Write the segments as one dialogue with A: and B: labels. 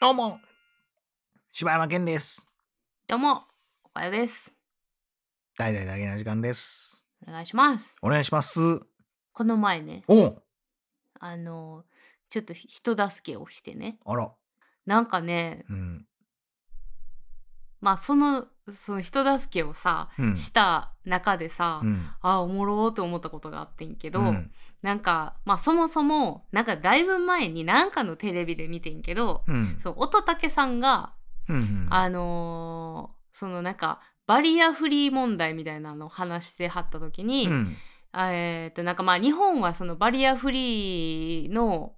A: どうも、柴山健です。
B: どうも、おかよです。
A: 大々だけな時間です。
B: お願いします。
A: お願いします。
B: この前ね、
A: おん
B: あのちょっと人助けをしてね、
A: あら、
B: なんかね、
A: うん。
B: まあそのその人助けをさ、
A: うん。
B: した中でさ、
A: うん。
B: あおもろーと思ったことがあってんけど、
A: うん。
B: なんかまあそもそもなんかだいぶ前になんかのテレビで見てんけど、
A: うん。
B: そう乙武さんが、
A: うん。うん。
B: あのーそのなんかバリアフリー問題みたいなのを話してはった時に、
A: うん。
B: あえーっとなんかまあ日本はそのバリアフリーの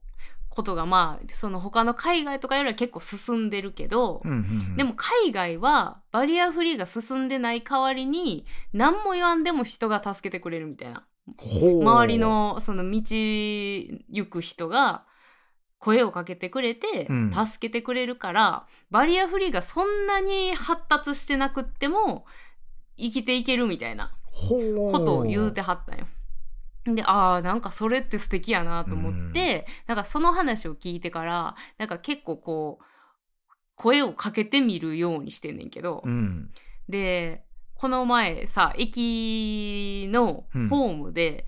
B: ことがまあその他の海外とかよりは結構進んでるけど、
A: うん。うん
B: で、も海外はバリアフリーが進んでない代わりに何も言わんでも人が助けてくれるみたいな
A: ほう
B: 周り、のその道行く人が声をかけてくれて
A: うん
B: 助けてくれるから、バリアフリーがそんなに発達してなくっても生きていけるみたいな
A: ほ
B: ことを言うてはったんよ。であーなんかそれって素敵やなと思って、なんかその話を聞いてからなんか結構こう声をかけてみるようにしてんねんけど、
A: うん。
B: でこの前さ駅のホームで、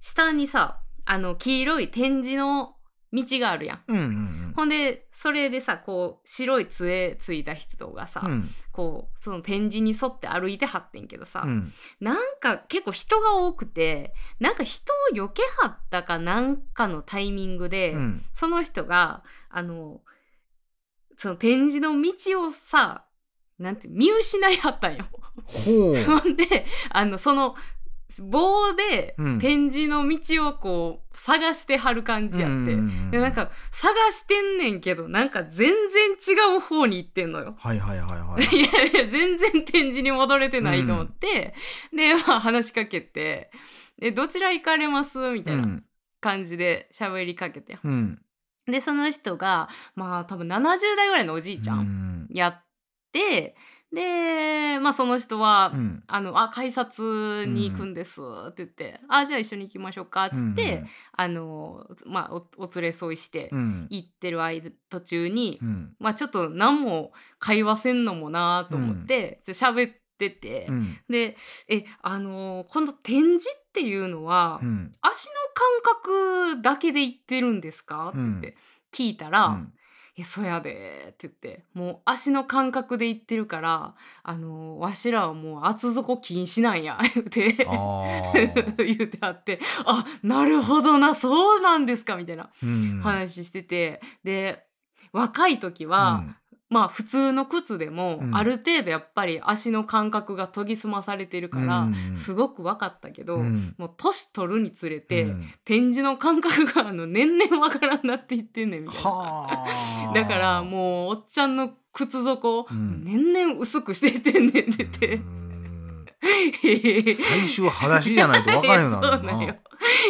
B: 下にさあの黄色い点字の道があるやん。
A: うん。うん。
B: ほんでそれでさこう白い杖ついた人がさ、
A: うん。
B: こうその点字に沿って歩いてはってんけどさ、
A: うん。
B: なんか結構人が多くてなんか人を避けはったかなんかのタイミングで、
A: うん。
B: その人があのその展示の道をさなんて見失いはったんよ。
A: ほう。
B: ほんであのその棒で
A: うん
B: 展示の道をこう探してはる感じやって。
A: うん
B: でなん、か探してんねんけどなんか全然違う方に行ってんのよ。
A: はいはいはい はい
B: いやいや全然展示に戻れてないと思って、でまあ話しかけて「でどちら行かれます?」みた
A: う。
B: いなん感じで喋りかけて、
A: うん。
B: でその人がまあ多分70代ぐらいのおじいちゃ
A: うんん。
B: やって、でまあその人は「
A: うん。
B: あのあ改札に行くんです」って言って「あじゃあ一緒に行きましょうか」っつって、あのまあおお連れ添いして
A: うん、
B: 行ってる間途中に、
A: うん。
B: まあちょっと何も会話せんのもなと思って、ちょっと喋ってて、
A: うん。
B: でえあのーこの展示っていうのは、
A: うん。
B: 足の感覚だけで言ってるんですか?」って言って。聞いたら「えそやで」って言ってもう足の感覚で言ってるからあのーわしらはもう厚底禁止なんや 言うて
A: うん。あ ー
B: 言うてあってあなるほどなそうなんですかみたいな
A: うん。
B: 話してて、で若い時は、まあ普通の靴でも、
A: うん
B: ある程度やっぱり足の感覚が研ぎ澄まされてる
A: う
B: か
A: ん、
B: ら、
A: うん
B: すごく分かったけど、
A: うん
B: もう年取るにつれて、
A: うん
B: 展示の感覚があの年々わからんなっていってんねんみたいな。
A: はあ
B: だからもうおっちゃんの靴底を
A: うん
B: 年々薄くしていってんねんって言って
A: うーん
B: へへへ
A: 最終裸足じゃないと分からへんようになる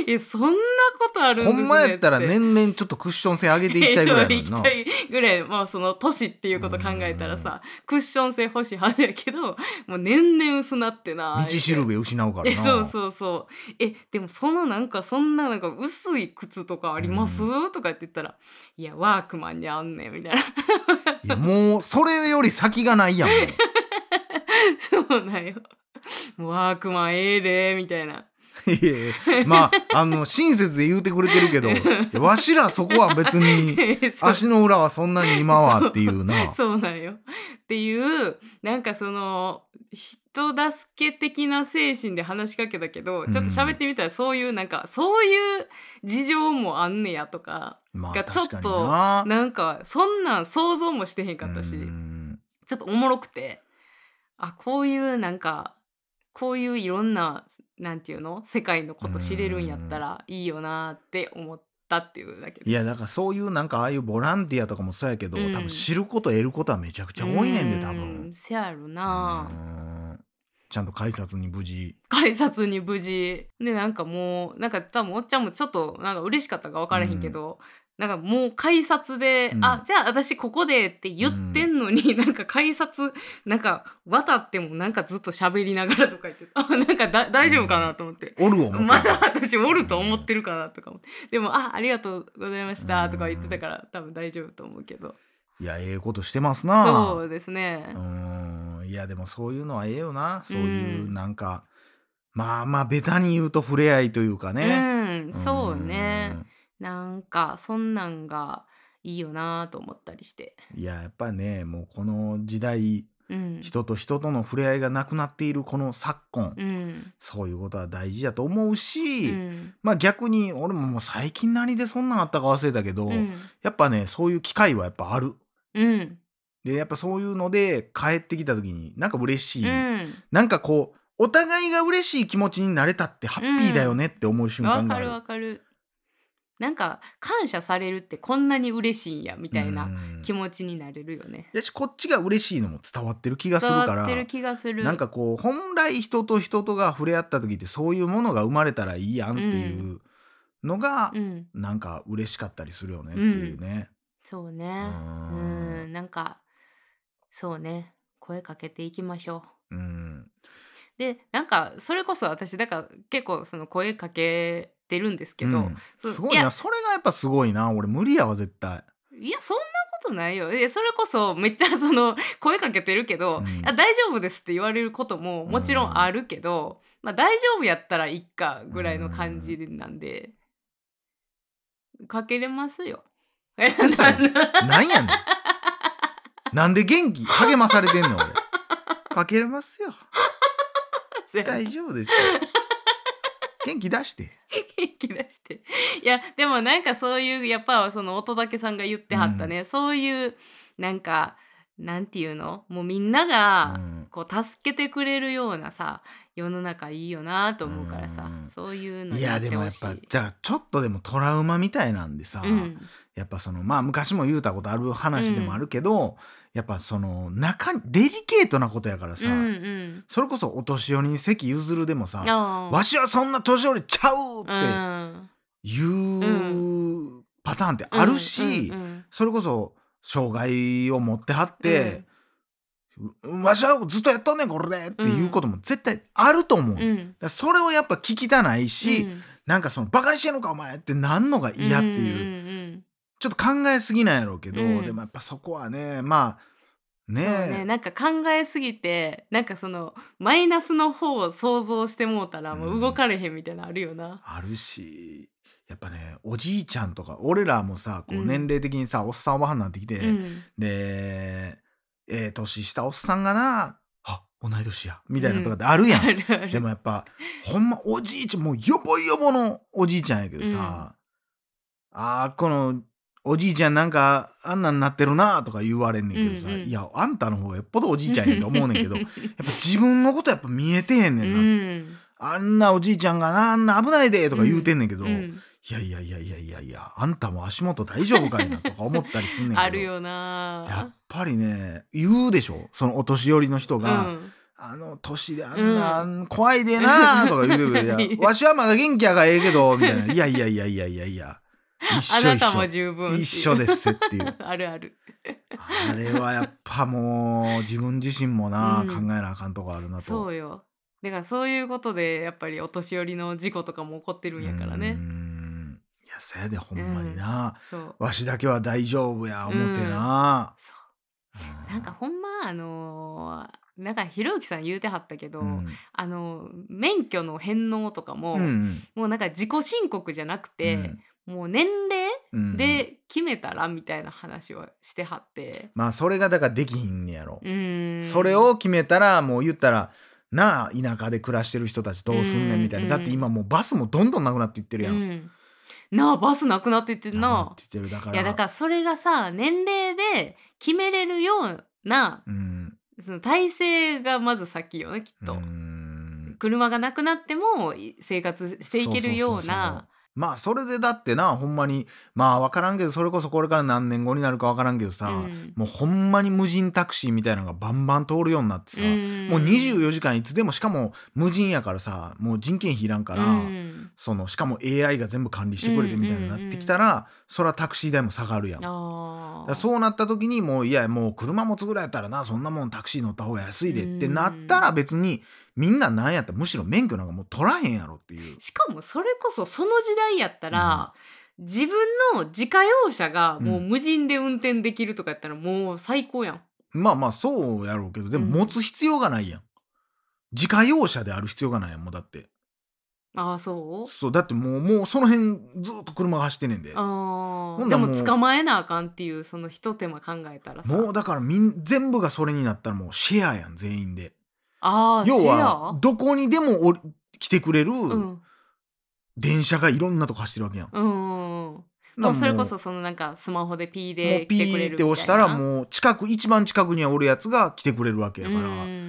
B: いやそう
A: もんない
B: なんよやそんなことあるんです
A: ほ
B: ね
A: んまやったら
B: って
A: 年々ちょっとクッション性上げていきたいぐらいやの
B: 行
A: に
B: き
A: な
B: たいぐらいまあその都市っていうこと考えたらさクッション性欲しいはずやけどもう年々薄なってな
A: 道しる
B: べ
A: べ失うから
B: え
A: な
B: そうそうそうえでもそのなんかそんななんか薄い靴とかあります、とかって言ったらいやワークマンにあんねんみたいな
A: いやもうそれより先がないやんもう
B: そうなんよもうワークマンええでみたいない
A: やいやまああの親切で言うてくれてるけどい やわしらそこは別に
B: そう
A: 足の裏はそんなに今はっていうな
B: そうなんよ。っていうなんかその人助け的な精神で話しかけたけど、
A: うん
B: ちょっと喋ってみたらそういうなんかそういう事情もあんねやとか
A: まあ
B: がちょっ
A: 確
B: と
A: かにな
B: なんかそんなん想像もしてへんかったし、
A: うん
B: ちょっとおもろくてあこういうなんかこういういろんななんていうの世界のこと知れるんやったらいいよなって思ったっていうだけです
A: いやだからそういうなんかああいうボランティアとかもそうやけど、
B: うん
A: 多分知ること得ることはめちゃくちゃ多いねんで多
B: う
A: 分
B: ん。せやろな、
A: うんちゃんと改札に無事。
B: 改札に無事でなんかもうなんか多分おっちゃんもちょっとなんか嬉しかったか分からへんけど、なんかもう改札で「
A: うん
B: あじゃあ私ここで」って言ってんのに、なんか改札なんか渡ってもなんかずっと喋りながらとか言ってあなんかだ大丈夫かなと思って。
A: おる を持
B: ま
A: って
B: だ私おると思ってるかなとか思ってでも「あありがとうございました」とか言ってたから多分大丈夫と思うけど
A: いやええことしてますな
B: そうですね
A: う。ーんいやでもそういうのはええよなそういうなんか、まあまあベタに言うと触れ合いというかね、
B: うん、そうね。なんかそんなんがいいよなと思ったりして。
A: うんいややっぱりねもうこの時代
B: うん。
A: 人と人との触れ合いがなくなっているこの昨今、
B: うん。
A: そういうことは大事だと思うし、
B: うん
A: まあ逆に俺ももう最近何でそんなんあったか忘れたけど、
B: うん。
A: やっぱねそういう機会はやっぱある
B: うん。
A: でやっぱそういうので帰ってきた時になんか嬉しい、
B: うん。
A: なんかこうお互いが嬉しい気持ちになれたってハッピーだよねって思う瞬
B: わ
A: 間が
B: か
A: ある。
B: るわかる。なんか感謝されるってこんなに嬉しいんやみたいな
A: うん
B: 気持ちになれるよね。
A: やしこっちが嬉しいのも伝わってる気がする
B: 伝
A: か
B: わっ
A: ら
B: てる気がする。
A: なんかこう本来人と人とが触れ合った時ってそういうものが生まれたらいいやんっていうのが
B: う、ん、
A: なんか嬉しかったりするよねっていうね。
B: そう
A: う
B: ね。うんん、なんかそうね。声かけていきましょう。
A: うん
B: でなんかそれこそ私だから結構その声かけてるんですけ
A: う
B: ど、
A: ん
B: そう
A: すごいな
B: や
A: それがやっぱすごいな俺無理やわ絶対。
B: いやそんなことないよいやそれこそめっちゃその 声かけてるけど、
A: うん
B: あ大丈夫ですって言われることももちろんあるけど、まあ、大丈夫やったらいっかぐらいの感じなんで、かけれますよ。 えな
A: なんやねん。なんで元 気励まされてんの俺。かけれますよ。
B: な
A: 大丈夫ですよ。元気出して。
B: 元気出していやでもなんかそういうやっぱその音竹さんが言ってはったね、そういうなんかなんていうのもうみんな
A: う
B: が
A: ん
B: こう助けてくれるようなさ世の中いいよなと思うからさ、
A: うん
B: そういうの
A: い
B: にな
A: や
B: って
A: でも
B: ほ
A: やっ
B: しい
A: ぱじゃあちょっとでもトラウマみたいなんでさ、
B: うん
A: やっぱそのまあ昔も言うたことある話でもあるけど、やっぱその中にデリケートなことやからさ、
B: うんうん
A: それこそお年寄りに席譲るでもさ、
B: あ
A: わしはそんな年寄りちゃうっ
B: あうん
A: ていううパターンってあるし、
B: うんうん
A: それこそ障害を持ってはって、うわしはずっとやっとんねんこれでっていうことも絶対あると思う、
B: うんうん
A: だからそれをやっぱ聞きたないし、
B: うん
A: なんかそのバカにしてんのかお前ってなんのが嫌っていう、
B: んんん
A: ちょっと考えすぎなんやろうけど、
B: うん
A: でもやっぱそこはねまあね
B: そうね、なんか考えすぎてなんかそのマイナスの方を想像してもうたらもう動かれへんみたいなのあるよな。
A: あるしやっぱねおじいちゃんとか俺らもさこ
B: う
A: うん年齢的にさ、おっさんおばはんになってきて、
B: うん
A: でええ年下おっさんがなあ同い年やみたいなとかってあるやん
B: あ、るある
A: でもやっぱほんまおじいちゃんもうよぼよぼのおじいちゃんやけどさ、あーこのおじいちゃんなんかあんなんなってるなとか言われんねんけどさ、
B: うんうん
A: いやあんたの方がよっぽどおじいちゃんやと思うねん けどやっぱ自分のことやっぱ見えてへん
B: う
A: ねんな、
B: ん
A: あんなおじいちゃんがなあんな危ないでとか言うてんねんけど、
B: うん
A: いやいやいやいやいやいやあんたも足元大丈夫かいなとか思ったりすんねんけど
B: あるよ
A: や
B: な
A: っ。ぱりね言うでしょそのお年寄りの人
B: う
A: が。
B: ん
A: あの年であ
B: うん
A: んな、怖いでなあとか言うて くれ
B: い
A: て、
B: や
A: わしはまだ元気やからええけど、みたいな。いやいやいやいやいやいや。一
B: あ
A: 緒
B: な
A: 一
B: たも
A: 緒。
B: 十分っていう
A: 一緒で。すっていう。
B: あるある。
A: あれはやっぱもう自分自身もな、
B: うん
A: 考えなあかんとこあるなと。
B: そうよ。だからそういうことでやっぱりお年寄りの事故とかも起こってるんやから
A: う
B: ね。
A: んいや、せやでほんまにな。
B: そう。
A: わしだけは大丈夫や、思ってな。
B: そう
A: う
B: なんか、ほんまあのーなんかひろゆきさん言うてはったけど、
A: うん。
B: あの免許の返納とかも、
A: うん
B: もうなんか自己申告じゃなくて、、もう年齢
A: うん、
B: で決めたらみたいな話をしてはって、
A: まあ、それがだからできひんねやろ。
B: うーん、
A: それを決めたらもう言ったらなあ田舎で暮らしてる人たちどうすんねんみたいな、
B: うん
A: だって今もうバスもどんどんなくなっていってるやん。
B: うんなあバスなくなっていってん
A: なくな
B: な
A: っていってるだから。
B: いやだからそれがさ年齢で決めれるような
A: うん。
B: その体制がまず先よねきっと、
A: うん
B: 車がなくなってもい生活していけるような
A: まあそれでだってなほんまにまあ分からんけどそれこそこれから何年後になるか分からんけどさ、
B: うん
A: もうほんまに無人タクシーみたいなのがバンバン通るようになってさ、
B: うん
A: もう24時間いつでもしかも無人やからさもう人件費いらんから、
B: うん
A: そのしかも AI が全部管理してくれてみたいになってきたら、そらタクシー代も下がるやん。だ
B: あ
A: から
B: う
A: そうなった時にもういやもう車持つぐらいやったらなそんなもんタクシー乗った方が安いでって
B: うん
A: なったら別にみんななんやったらむしろ免許なんかもう取らへんやろっていう
B: しかもそれこそその時代やったら、自分の自家用車がもう無人で運転できるとかやったらもう最高やん。
A: まあまあそうやろうけどでも
B: うん
A: 持つ必要がないやん、自家用車である必要がないやんもうだって
B: ああ、そう
A: そうだってもうもうその辺ずっと車が走ってんねんで
B: あ
A: ほん
B: あ。で
A: なら
B: も
A: もう
B: 捕まえなあかんっていうそのひと手間考えたらさ。
A: もうだからみん全部がそれになったらもうシェアやん全員で
B: ああ、
A: 要
B: シェ
A: は
B: ア
A: どこにでもおり来てくれる
B: うん。
A: 電車がいろんなとこ走ってるわけやん、
B: うんうん。
A: なん
B: も
A: か
B: うそれこそそのなんかスマホで P
A: もう
B: で
A: ピ
B: 来てくれ
A: ーっ
B: る
A: て
B: みたいな。
A: 押したらもう近く一番近くにおるやつが来てくれるわけやから、
B: うんうんうん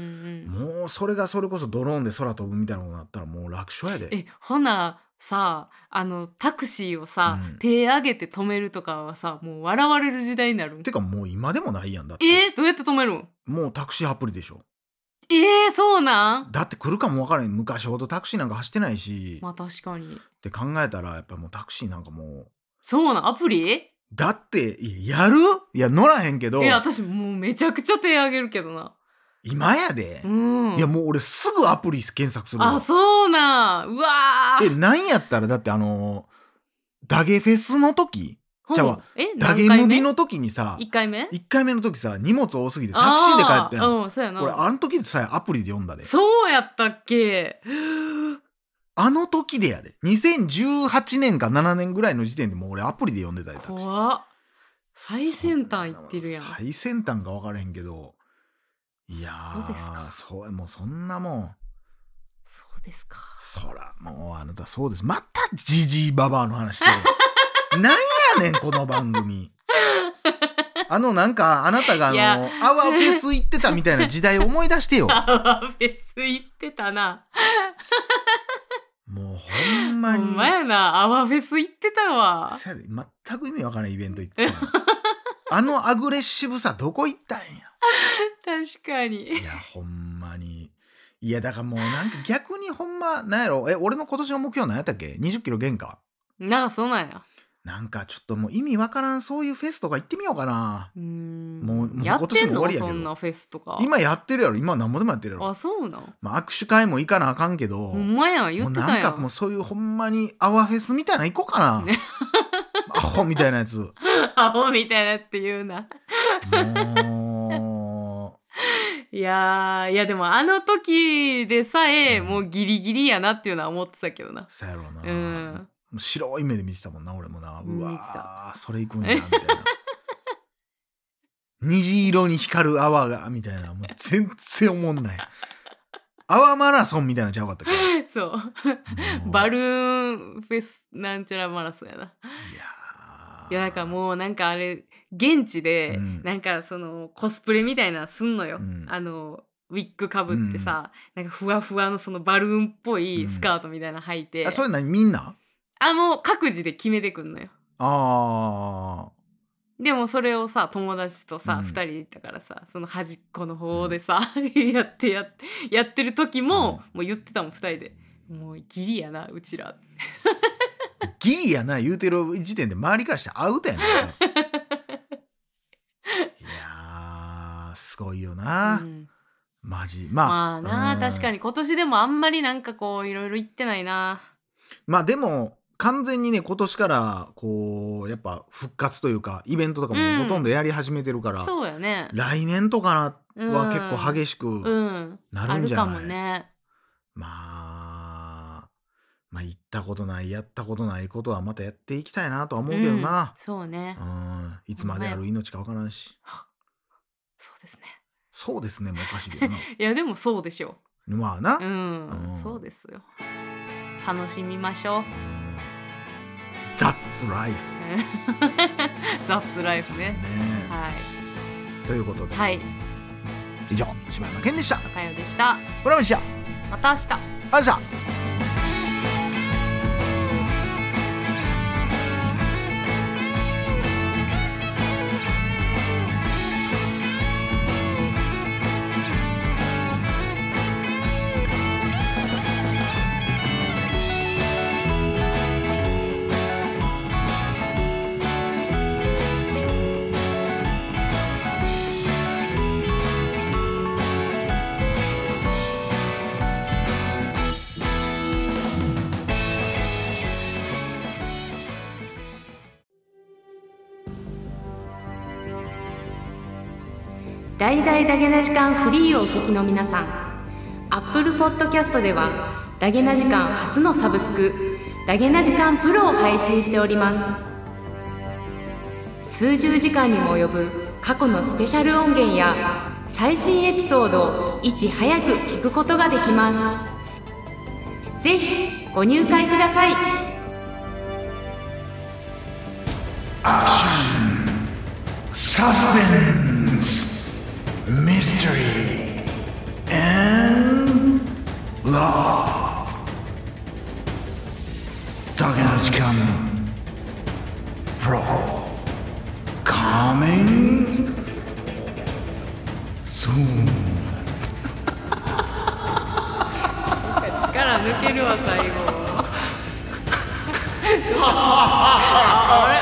A: もうそれがそれこそドローンで空飛ぶみたいなことになったらもう楽勝やで
B: えほなさあのタクシーをさ、
A: うん
B: 手上げて止めるとかはさもう笑われる時代になるん
A: てかもう今でもないやんだって
B: えー、どうやって止めるん
A: もうタクシーアプリでしょ
B: えー、そうなん
A: だって来るかも分からへん昔ほどタクシーなんか走ってないし、
B: まあ確かに
A: って考えたらやっぱもうタクシーなんかもう
B: そうなんアプリ
A: だっていややるいや乗らへんけど
B: いや私もうめちゃくちゃ手上げるけどな
A: 今やで
B: う、ん
A: いやもう俺すぐアプリ検索するわ
B: あそうなんうわ
A: え
B: ー
A: なんやったらだってあのダゲフェスの時
B: ほん
A: じゃあ
B: え
A: ダゲムビの時にさ
B: 1回目
A: 1回目の時さ荷物多すぎてタクシーで帰ったや
B: あ
A: ん
B: ーうんそうやな
A: 俺あの時でさえアプリで読んだで
B: そうやったっけ
A: あの時でやで2018年か7年ぐらいの時点でもう俺アプリで読んでたでタクシー
B: 怖っ最先端行ってるやん
A: そなも最先端か分からへんけどいや
B: そうです
A: ー
B: か
A: そうもうそんなもん
B: そうですか
A: そらもうあなたそうですまたジジイババアの話して るなんやねんこの番組あのなんかあなたがあ
B: いや
A: のアワーフェス行ってたみたいな時代思い出 してよ
B: タワーフェス行ってたな。
A: もうほん
B: ほ
A: まに
B: んまやな、アワフェス行ってたわ。
A: せやで全く意味わからないイベント行ってたのあのアグレッシブさどこ行ったんや
B: 確かに。
A: いやほんまにいやだからもうなんか逆にほんまなんやろえ俺の今年の目標なんやったっけ2 0キロ減か
B: なんかそうなんや。
A: なんかちょっともう意味わからんそういうフェスとか行ってみようかな
B: うーん
A: もうもう
B: やって
A: 今
B: ん
A: 年も終
B: の
A: わりやけど
B: そんなフェスとか。
A: 今やってるやろ今何もでもやってるやろ
B: あ、そうなん。
A: まあ、握手会も行かなあかんけど、
B: ほんまやん、言
A: もう
B: ってた
A: なん
B: や。
A: かもうんそういうほんまにアワフェスみたいなの行こうか なアホみたいなやつ
B: アホみたいなやつって言うな。
A: も
B: いやー、いやでもあの時でさえ、
A: うん
B: もうギリギリやなっていうのは思ってたけどな
A: う。さやろうな、
B: うん。
A: もう白い目で見てたもんな俺もな
B: うん
A: うわーそれ行くんやみたいな 虹色に光る泡がみたいなもう全然おもんない泡マラソンみたいなのちゃうかったっけ
B: そう。
A: もう
B: バ
A: い
B: ルーンフェスなんちゃらマラソンやな。
A: やー
B: いやだからもうなんかあれ現地で
A: うん
B: なんかそのコスプレみたいなのすんのよ、
A: うん
B: あのウィッグかぶってさ、なんかふわふわのそのバルーンっぽいスカートみたいなの履いて、
A: あそれ何みんな
B: あもう各自で決めてくんのよ
A: ああ
B: でもそれをさ友達とさ、
A: うん
B: 2人で行ったからさその端っこの方でさ、 やってやってやってる時も、もう言ってたもん2人で「もうギリやなうちら」
A: ギリやな言うてる時点で周りからしてアウトやな いやーすごいよな、
B: うん
A: マジまあ
B: まあなあ、
A: うん
B: 確かに今年でもあんまりなんかこういろいろ行ってないな
A: まあでも完全にね今年からこうやっぱ復活というかイベントとか
B: うん
A: もほとんどやり始めてるから、
B: そうやね
A: 来年とか
B: うん
A: は結構激し
B: う
A: く
B: ん、
A: な
B: あ
A: るん
B: る
A: じゃ
B: か
A: ない、
B: もね。
A: まあまあ行ったことないやったことないことはまたやっていきたいなとは思うけど
B: うん
A: な、
B: そうね
A: う。ん、いつまである命かわからんし。
B: そうですね。
A: そうですね、もうおかしいけ どな。
B: いやでもそうでしょ
A: まあな。
B: う。うん、
A: うん
B: そうですよ。楽しみましょう。
A: That's life ね
B: 雑ライフね。は
A: ということで、
B: い、はい、
A: 以上柴山健でした。
B: おかよでした。
A: 村上でした。
B: また明日。
A: ありがとうございました。
B: 大々ダゲな時間フリーをお聞きの皆さん Apple Podcast ではダゲな時間初のサブスクダゲな時間プロを配信しております数十時間にも及ぶ過去のスペシャル音源や最新エピソードをいち早く聞くことができますぜひご入会ください
A: アクションサスペンスミステリー and ラブだけの時間プロカミングそう
B: 力抜けるわ最後あれ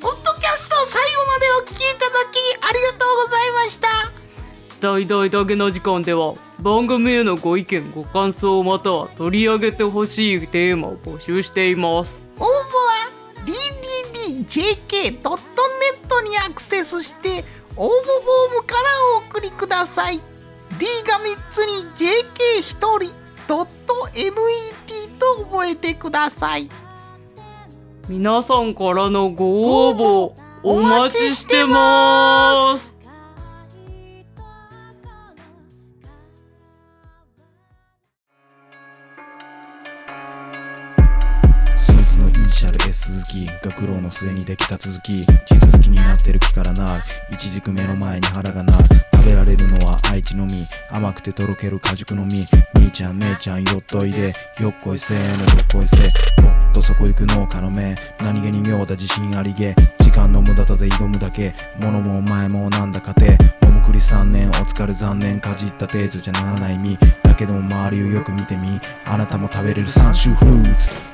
C: ポッドキャストを最後までお聞きいただきありがとうございました
B: 大々だけの時間では番組へのご意見ご感想または取り上げてほしいテーマを募集しています
C: 応募は dddjk.net にアクセスして応募フォームからお送りください D が3つに JK1 人 .net と覚えてください
B: 皆さんからのご応募お待ちしてます
D: スーツのイニシャル S 鈴木学労の末にできた続き地続きになってる木からなる一軸目の前に腹がなる食べられるのは愛知の実甘くてとろける果熟の実兄ちゃん姉ちゃんよっといでよっこいせーのよっこいせもっとそこ行く農家の目何気に妙だ自信ありげ時間の無駄だぜ挑むだけ物もお前もなんだかて桃栗3年お疲れ残念かじった程度じゃならない実だけども周りをよく見てみあなたも食べれる三種フルーツ